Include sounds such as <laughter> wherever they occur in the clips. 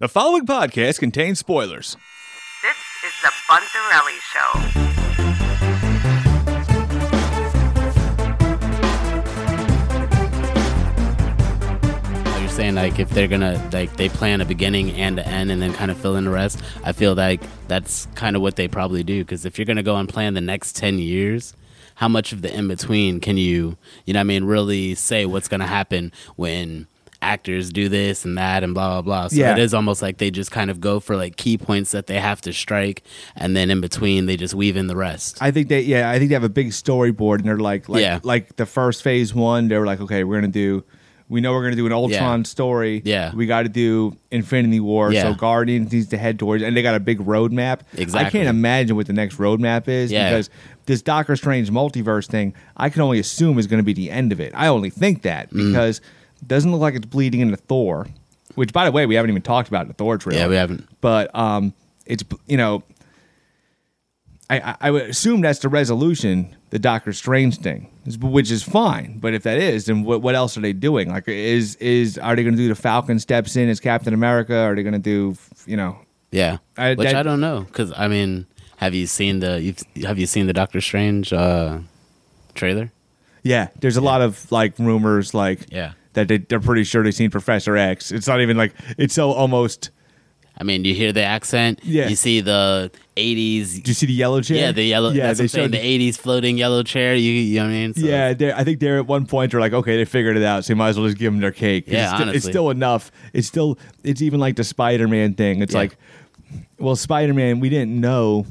The following podcast contains spoilers. This is the Bunzarelli Show. Like you're saying like if they're gonna like they plan a beginning and an end and then kind of fill in the rest i feel like that's kind of what they probably do because if you're gonna go and plan the next 10 years how much of the in-between can you you know what i mean really say what's gonna happen when actors do this and that and blah blah blah so Yeah. it is almost like they just kind of go for like key points that they have to strike and then in between they just weave in the rest I think they yeah, I think they have a big storyboard and they're like like Yeah. like the first phase one, they were like, Okay, we're gonna do we know we're gonna do an Ultron story. Yeah. We gotta do Infinity War. Yeah. So Guardians needs to head towards and they got a big roadmap. I Exactly. can't imagine what the next roadmap is Yeah. because this Doctor Strange multiverse thing, I can only assume is gonna be the end of it. I only think that Mm. because it doesn't look like it's bleeding into Thor. Which by the way, we haven't even talked about the Thor trailer. Yeah, we haven't. But um it's you know, I, I, I would assume that's the resolution, the Doctor Strange thing, which is fine. But if that is, then what, what else are they doing? Like, is is are they going to do the Falcon steps in as Captain America? Are they going to do you know? Yeah, I- which that- I don't know because I mean, have you seen the you've, have you seen the Doctor Strange uh, trailer? Yeah, there's a lot of like rumors, like Yeah. that they, they're pretty sure they've seen Professor X. It's not even like it's so almost. I mean, you hear the accent, Yeah. you see the Do you '80s, see the yellow chair? yeah, the yellow, yeah, that's what I'm showed- saying, the '80s floating yellow chair. You, you know what I mean? So, Yeah, they're- I think they're at one point they're like, okay, they figured it out, so you might as well just give them their cake. 'Cause Yeah, it's, still, it's honestly. still enough. It's still it's even like the Spider Man thing. It's Yeah. like, well, Spider Man, we didn't know.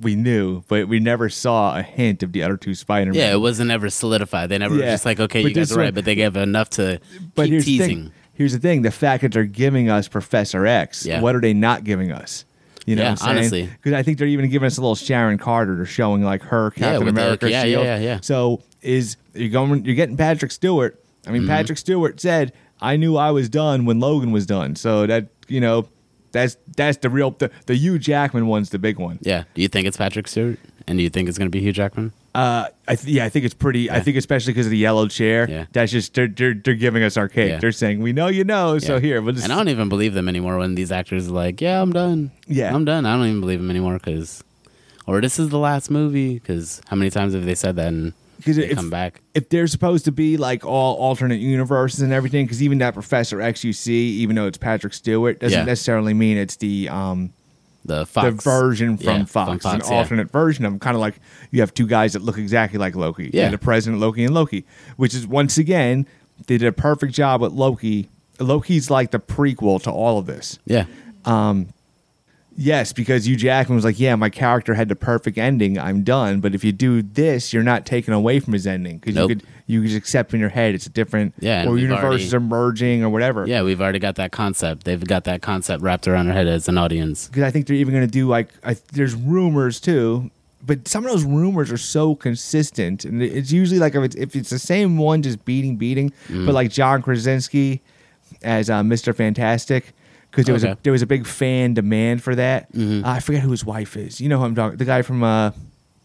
We knew, but we never saw a hint of the other two Spider Man. yeah, it wasn't ever solidified. They never were Yeah. just like, okay, But you guys this are right, one- but they gave enough to but keep here's The teasing. thing, here's the thing: the fact that they're giving us Professor X, Yeah. what are they not giving us? You know, Yeah, what I'm honestly. because I think they're even giving us a little Sharon Carter. They're showing like her Captain with the- America yeah, yeah, shield. yeah, yeah. So is you're going, you're getting Patrick Stewart. I Mm-hmm. mean, Patrick Stewart said, "I knew I was done when Logan was done." So that you know, that's that's the real the, the Hugh Jackman one's the big one. Yeah, do you think it's Patrick Stewart, and do you think it's going to be Hugh Jackman? Uh, I th- yeah, I think it's pretty. I think especially because of the yellow chair. Yeah. That's just they're, they're they're giving us our cake. Yeah. They're saying we know you know. So Yeah. here, we'll just and I don't even believe them anymore when these actors are like, "Yeah, I'm done. Yeah. I'm done. I don't even believe them anymore because, or this is the last movie because how many times have they said that and 'Cause they if- come back? if they're supposed to be like all alternate universes and everything, because even that Professor X you see, even though it's Patrick Stewart, doesn't Yeah. necessarily mean it's the um The Fox the version Yeah, from Fox, It's an yeah. alternate version of kind of like you have two guys that look exactly like Loki. You Yeah. have the President Loki and Loki, which is once again they did a perfect job with Loki. Loki's like the prequel to all of this. Yeah, Yes, because Hugh Jackman was like, "Yeah, my character had the perfect ending. I'm done." But if you do this, you're not taken away from his ending because Nope. you could you could just accept in your head it's a different Yeah, and or we've universes already- are merging or whatever. yeah. We've already got that concept. They've got that concept wrapped around our head as an audience. because I think they're even going to do like I, there's rumors too, but some of those rumors are so consistent, and it's usually like if it's, if it's the same one just beating beating, Mm. but like John Krasinski as uh, Mister Fantastic. Because there was Okay. Mm-hmm. a there was a big fan demand for that. Uh, I forget who his wife is. You know who I'm talking. The guy from uh,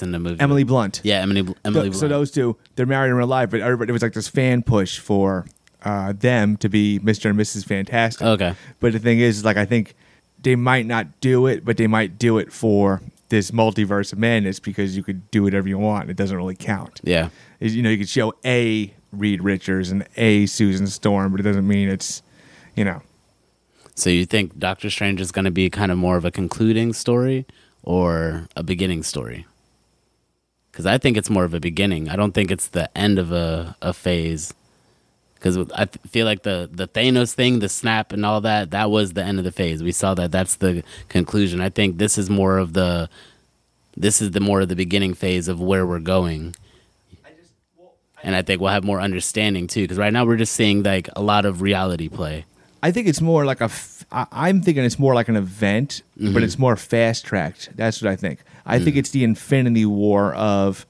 In the movie, Emily Blunt. Yeah, Emily. Th- Emily. So Blunt. those two, they're married in real life, but everybody, there was like this fan push for uh, them to be Mr. and Mrs. Fantastic. Okay. But the thing is, is, like, I think they might not do it, but they might do it for this multiverse of madness because you could do whatever you want. It doesn't really count. Yeah. Is- You know, you could show a Reed Richards and a Susan Storm, but it doesn't mean it's, you know. So you think Doctor Strange is going to be kind of more of a concluding story or a beginning story? Because I think it's more of a beginning. I don't think it's the end of a, a phase. Because I th- feel like the, the Thanos thing, the snap and all that, that was the end of the phase. We saw that. That's the conclusion. I think this is more of the this is the more of the beginning phase of where we're going and i think we'll have more understanding too because right now we're just seeing like a lot of reality play I think it's more like a. F- I- I'm thinking it's more like an event, but Mm-hmm. it's more fast tracked. That's what I think. I think it's the Infinity War of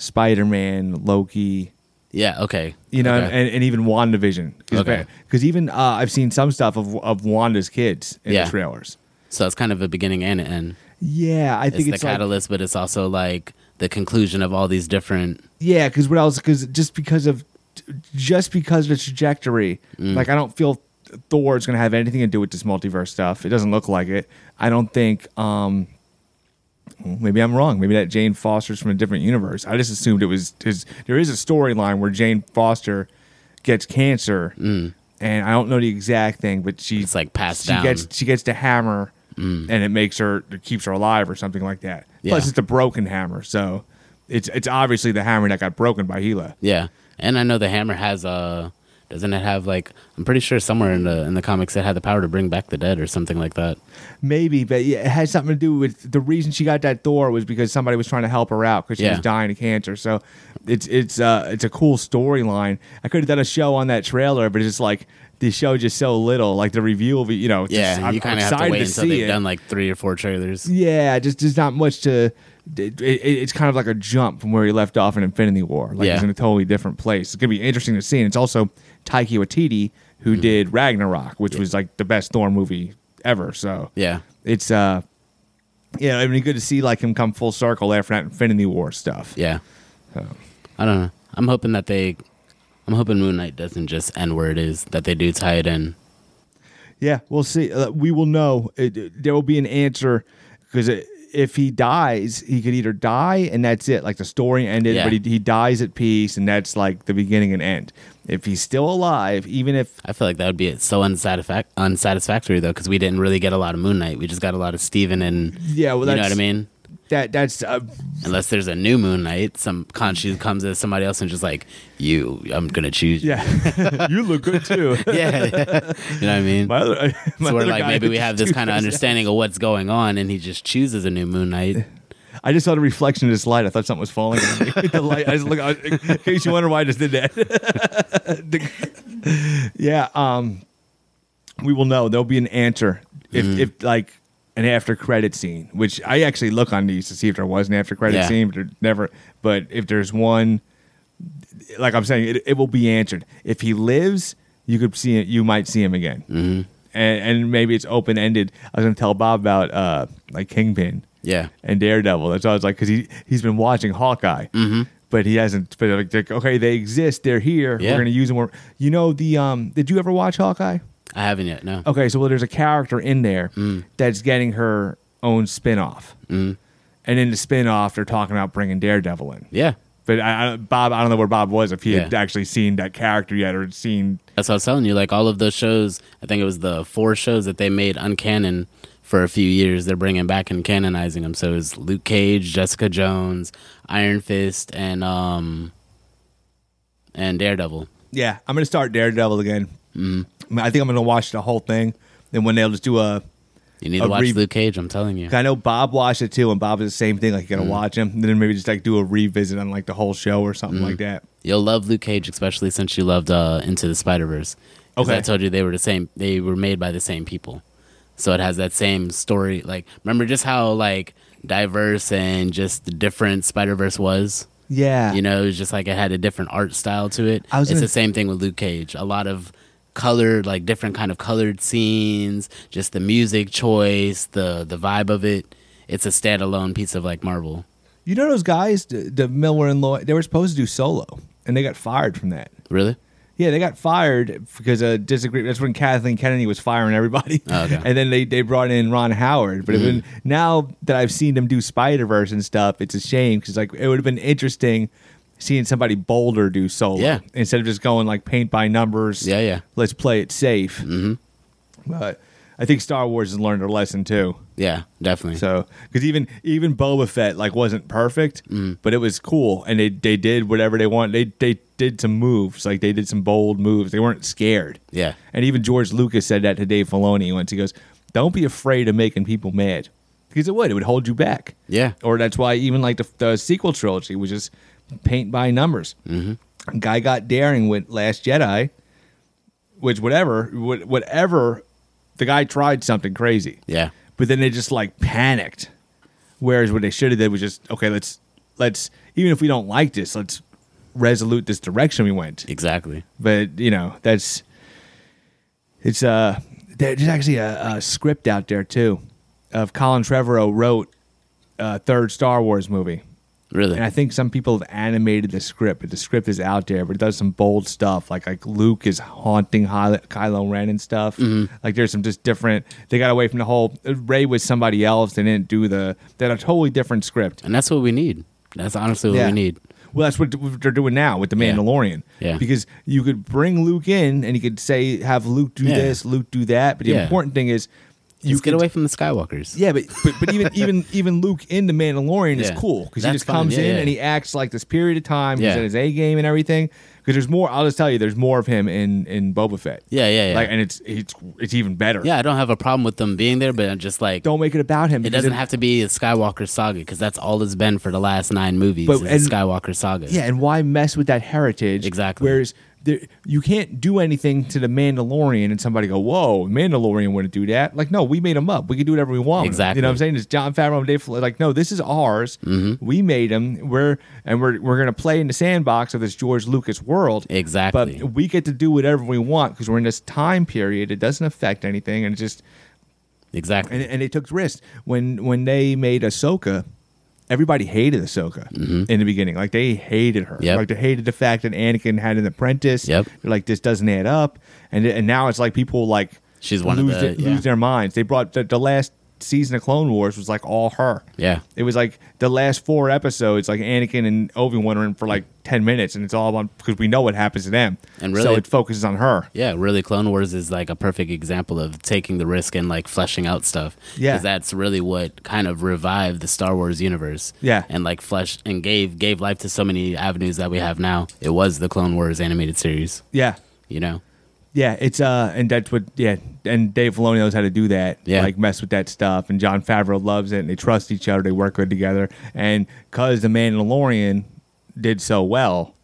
Spider-Man, Loki, yeah okay you know, Okay. and, and even WandaVision. Because Okay. even uh, I've seen some stuff of of Wanda's kids in Yeah. the trailers. So it's kind of a beginning and an end. Yeah, I It's think the it's, like, catalyst, but it's also like the conclusion of all these different. yeah, Mm. because what else? Because just because of just because of the trajectory, like I don't feel Thor is going to have anything to do with this multiverse stuff. It doesn't look like it. I don't think. Um, maybe I'm wrong. Maybe that Jane Foster's from a different universe. I just assumed it was. His, there is a storyline where Jane Foster gets cancer, and I don't know the exact thing, but she Mm. It's like passed she down. Gets, she gets the hammer, and it makes her it keeps her alive or something like that. Plus, Mm. Yeah. it's a broken hammer, so it's it's obviously the hammer that got broken by Hela. Yeah, and I know the hammer has Uh, doesn't it have like? I'm pretty sure somewhere in the in the comics it had the power to bring back the dead or something like that. Maybe, but yeah, it had something to do with the reason she got that Thor was because somebody was trying to help her out because she was Yeah. dying of cancer. So it's it's uh it's a cool storyline. I could have done a show on that trailer, but it's just like the show just so little. Like the review of it, you know. it's just- Yeah, I'm- you kind I'm of have to excited wait until see they've it. done like three or four trailers. Yeah, just there's not much to. It, it, it's kind of like a jump from where he left off in Infinity War. Like Yeah. he's in a totally different place. It's gonna be interesting to see. And it's also Taiki Waititi who Mm-hmm. did Ragnarok, which was like the best Thor movie ever. So Yeah, it's uh, yeah, I mean, good to see like him come full circle after that Infinity War stuff. yeah. Oh. I don't know. I'm hoping that they. I'm hoping Moon Knight doesn't just end where it is. That they do tie it in. Yeah, we'll see. Uh, we will know. It, it- there will be an answer because if he dies, he could either die and that's it. Like the story ended, Yeah. but he, he dies at peace, and that's like the beginning and end. If he's still alive, even if I feel like that would be so unsatisfac- unsatisfactory though, because we didn't really get a lot of Moon Knight. We just got a lot of Steven and Yeah, well, you know that's- what I mean. that that's uh, Unless there's a new Moon Knight, some Khonshu comes as somebody else and just like you, I'm gonna choose. you." yeah, <laughs> you look good too. <laughs> yeah. <laughs> you know what I mean. My other, <laughs> my so we're other like guy- <laughs> maybe we have this kind of understanding of what's going on, and he just chooses a new Moon Knight. I just saw the reflection of this light. I thought something was falling. on me. <laughs> the light. I just look. I, in case you wonder why I just did that. <laughs> The- yeah. Um. We will know. There'll be an answer if, if like an after credit scene, which I actually look on these to see if there was an after credit Yeah. scene, but there never. But if there's one, like I'm saying, it, it will be answered. If he lives, you could see it. You might see him again. Mm-hmm. And, and maybe it's open ended. I was gonna tell Bob about uh like Kingpin Yeah. and Daredevil. That's why I was like, because he he's been watching Hawkeye, but he hasn't. But like, like, okay, they exist. They're here. Yeah. We're gonna use them. We're- You know the um. Did you ever watch Hawkeye? I haven't yet. No. Okay, so well, there's a character in there that's getting her own spin off, and in the spin off, they're talking about bringing Daredevil in. Yeah. But I, I, Bob, I don't know where Bob was if he had Yeah. actually seen that character yet or seen. That's what I was telling you. Like all of those shows, I think it was the four shows that they made uncanon for a few years. They're bringing back and canonizing them. So it's Luke Cage, Jessica Jones, Iron Fist, and um, and Daredevil. Yeah, I'm gonna start Daredevil again. Mm. I think I'm gonna watch the whole thing, and when they'll just do a You need A to watch re- Luke Cage. I'm telling you. I know Bob watched it too, and Bob is the same thing. Like you gotta watch him, and then maybe just like do a revisit on like the whole show or something like that. You'll love Luke Cage, especially since you loved uh, Into the Spider Verse. Because Okay. I told you they were the same. They were made by the same people, so it has that same story. Like, remember just how like diverse and just the different Spider Verse was. Yeah, You know, it was just like it had a different art style to it. I was it's gonna- the same thing with Luke Cage. A lot of colored, like different kind of colored scenes, just the music choice, the the vibe of it. It's a standalone piece of like Marvel. you know those guys, the, the Miller and Lloyd, they were supposed to do solo, and they got fired from that. Really? Yeah, they got fired because of disagreement. That's when Kathleen Kennedy was firing everybody, Oh, <laughs> okay. Mm-hmm. and then they, they brought in Ron Howard. But it would- now that I've seen them do Spider Verse and stuff, it's a shame because like it would have been interesting seeing somebody bolder do solo Yeah. instead of just going like paint by numbers. Yeah, yeah. Let's play it safe. Mm-hmm. But I think Star Wars has learned their lesson too. Yeah, definitely. So, because even even Boba Fett like wasn't perfect, Mm. but it was cool, and they they did whatever they wanted. They they did some moves, like they did some bold moves. They weren't scared. Yeah. And even George Lucas said that to Dave Filoni once. He goes, "Don't be afraid of making people mad, because it would it would hold you back." Yeah. Or that's why even like the, the sequel trilogy was just paint by numbers. Mm-hmm. Guy got daring with Last Jedi, which whatever what, whatever the guy tried something crazy Yeah. but then they just like panicked. Whereas what they should have did was just okay, let's let's even if we don't like this, let's resolute this direction we went. Exactly. But you know that's it's uh there's actually a, a script out there too of Colin Trevorrow wrote uh, third Star Wars movie Really? And I think some people have animated the script, but the script is out there. But it does some bold stuff, like like Luke is haunting Hy- Kylo Ren and stuff. Mm-hmm. Like there's some just different. They got away from the whole Ray was somebody else. They didn't do the that a totally different script. and that's what we need. That's honestly what Yeah. we need. Well, that's what what they're doing now with the Mandalorian. Yeah. Because you could bring Luke in and you could say have Luke do Yeah. this, Luke do that. But the Yeah. important thing is you Let's get could- away from the Skywalkers. Yeah, but but, but <laughs> even even even Luke in the Mandalorian Yeah. is cool because he That's just fine. comes Yeah, in yeah. and he acts like this period of time. Yeah. He's in his A game and everything. Because there's more. I'll just tell you, there's more of him in in Boba Fett. Yeah, yeah, yeah. Like, and it's it's it's even better. Yeah, I don't have a problem with them being there, but I'm just like Don't make it about him. it because doesn't have to be a Skywalker saga because that's all it's been for the last nine movies. But- is and- a Skywalker saga. Yeah, and why mess with that heritage? Exactly. Whereas there, you can't do anything to the Mandalorian and somebody go, "Whoa, Mandalorian wouldn't do that." Like, no, we made him up. We can do whatever we want. Exactly. Mm-hmm. You know what I'm saying? It's John Favreau and Dave. Filoni. Like, no, this is ours. We made him. We're and we're we're gonna play in the sandbox of this George Lucas world. Exactly. But we get to do whatever we want because we're in this time period. It doesn't affect anything, and it just exactly. and, and they took risks when when they made Ahsoka. Everybody hated Ahsoka in the beginning. Like they hated her. Mm-hmm. Yep. Like they hated the fact that Anakin had an apprentice. Yep. They're like this doesn't add up. And and now it's like people like She's one of lose, the- their, yeah. lose their minds. They brought the, the last season of Clone Wars was like all her. Yeah. It was like the last four episodes, like Anakin and Obi Wan are in for like ten minutes, and it's all about because we know what happens to them. And so really- it focuses on her. Yeah, really, Clone Wars is like a perfect example of taking the risk and like fleshing out stuff. Yeah. that's really what kind of revived the Star Wars universe. Yeah. and like fleshed and gave gave life to so many avenues that we have now. It was the Clone Wars animated series. Yeah. You know, Yeah, it's uh, and that's what yeah, and Dave Filoni knows how to do that. Yeah. like mess with that stuff, and John Favreau loves it, and they trust each other, they work good together, and because the Mandalorian did so well,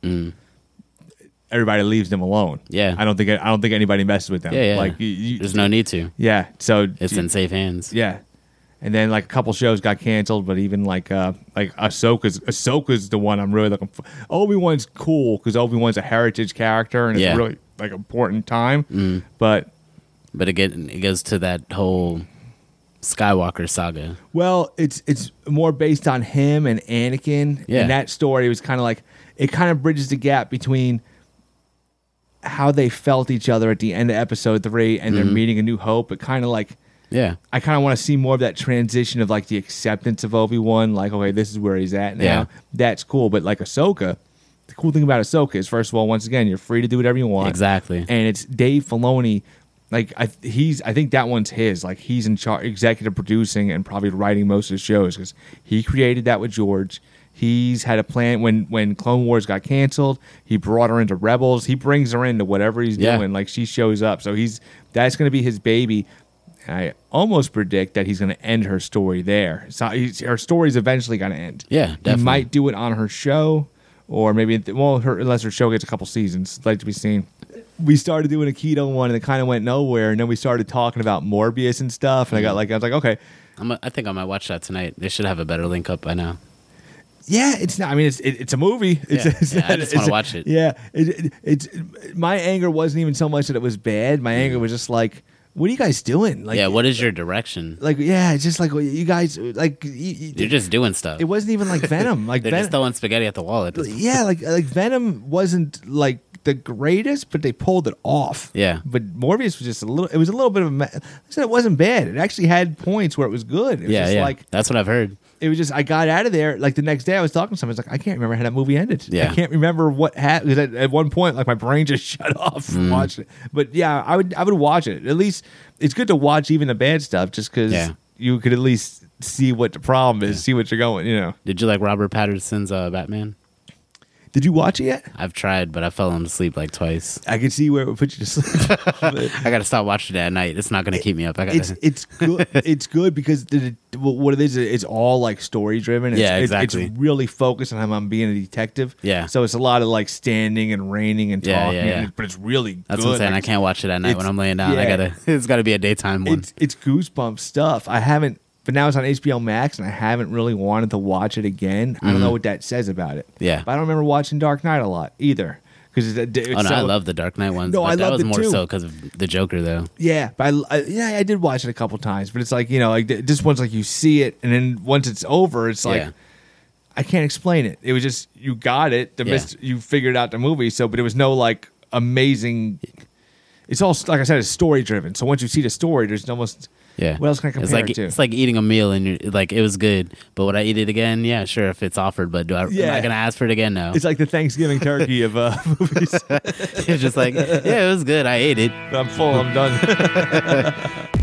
everybody leaves them alone. Mm. Yeah. I don't think I don't think anybody messes with them. yeah, yeah. like you, you, there's no need to. yeah, so It's in safe hands. yeah. And then like a couple shows got canceled, but even like uh like Ahsoka's Ahsoka's the one I'm really looking for. Obi Wan's cool because Obi Wan's a heritage character and Yeah. Mm. it's really like important time. But But again, it goes to that whole Skywalker saga. well, it's it's more based on him and Anakin. Yeah. And that story was kind of like it kind of bridges the gap between how they felt each other at the end of episode three and Mm-hmm. they're meeting a new hope. It kind of like Yeah, I kind of want to see more of that transition of like the acceptance of Obi Wan. Like, okay, this is where he's at now. Yeah. That's cool. But like Ahsoka, the cool thing about Ahsoka is, first of all, once again, you're free to do whatever you want. Exactly. And it's Dave Filoni. Like I, he's, I think that one's his. Like he's in charge, executive producing and probably writing most of the shows because he created that with George. He's had a plan when when Clone Wars got canceled. He brought her into Rebels. He brings her into whatever he's Yeah. doing. Like she shows up, so he's that's going to be his baby. I almost predict that he's going to end her story there. So he's, her story's eventually going to end. Yeah, He definitely. might do it on her show, or maybe well, her, unless her show gets a couple seasons, like to be seen. We started doing a keto one, and it kind of went nowhere. And then we started talking about Morbius and stuff, and I got like, I was like, okay, I'm a, I think I might watch that tonight. They should have a better link up by now. Yeah, it's not. I mean, it's it, it's a movie. It's, Yeah, it's yeah, I not- just wanna it's- watch it. Yeah, it, it, it's my anger wasn't even so much that it was bad. My anger was just like, what are you guys doing? Like, yeah, what is your direction? Like, yeah, it's just like well, you guys like. You, you- You're just doing stuff. it wasn't even like Venom. Like <laughs> They're Venom, just throwing spaghetti at the wall. At this point. yeah, like like Venom wasn't like the greatest, but they pulled it off. Yeah. but Morbius was just a little. It was a little bit of a. me- I said it wasn't bad. It actually had points where it was good. It was yeah, just yeah. Like That's what I've heard. it was just I got out of there. Like the next day, I was talking to someone. I was like, I can't remember how that movie ended. Yeah. I can't remember what happened. At, at one point, like my brain just <laughs> shut off from Mm. watching it. But yeah, I would I would watch it. At least it's good to watch even the bad stuff, just because Yeah. you could at least see what the problem is, see what you're going. You know, Did you like Robert Patterson's uh, Batman? did you watch it yet? I've tried, but I fell asleep like twice. I could see where it would put you to sleep. But- I gotta stop watching it at night. It's not gonna keep me up. I gotta. it's it's <laughs> good it's good because the, the- what it is it's all like story driven it's, Yeah, it's- exactly. it's really focused on him on being a detective Yeah. so it's a lot of like standing and raining and Yeah, talking yeah, yeah. and- but it's really that's good what I'm saying. I Like, can't watch it at night when it's- I'm laying down. I yeah. gotta. <laughs> It's gotta be a daytime one. it's it's goosebump stuff I haven't but now it's on HBO Max and I haven't really wanted to watch it again I don't know what that says about it Mm-hmm. Yeah. but I don't remember watching Dark Knight a lot either because it's, it's Oh no, I so- love the Dark Knight ones. No, but I that loved was it more too. so because of the Joker, though. Yeah, but I, I yeah, I did watch it a couple times, but it's like you know, like th- this one's like you see it, and then once it's over, it's like Yeah. I can't explain it. It was just you got it. The Yeah. myst- you figured out the movie. So, but it was no like amazing. It's all like I said, it's story driven. So once you see the story, there's almost Yeah. What else can I compare it's like, it to? It's like eating a meal and you're like, it was good, but would I eat it again? Yeah, sure, if it's offered, but do I, am Yeah. I going to ask for it again? No. <laughs> It's like the Thanksgiving turkey of uh, <laughs> movies. <laughs> it's just like, yeah, it was good. I ate it. I'm full. I'm done.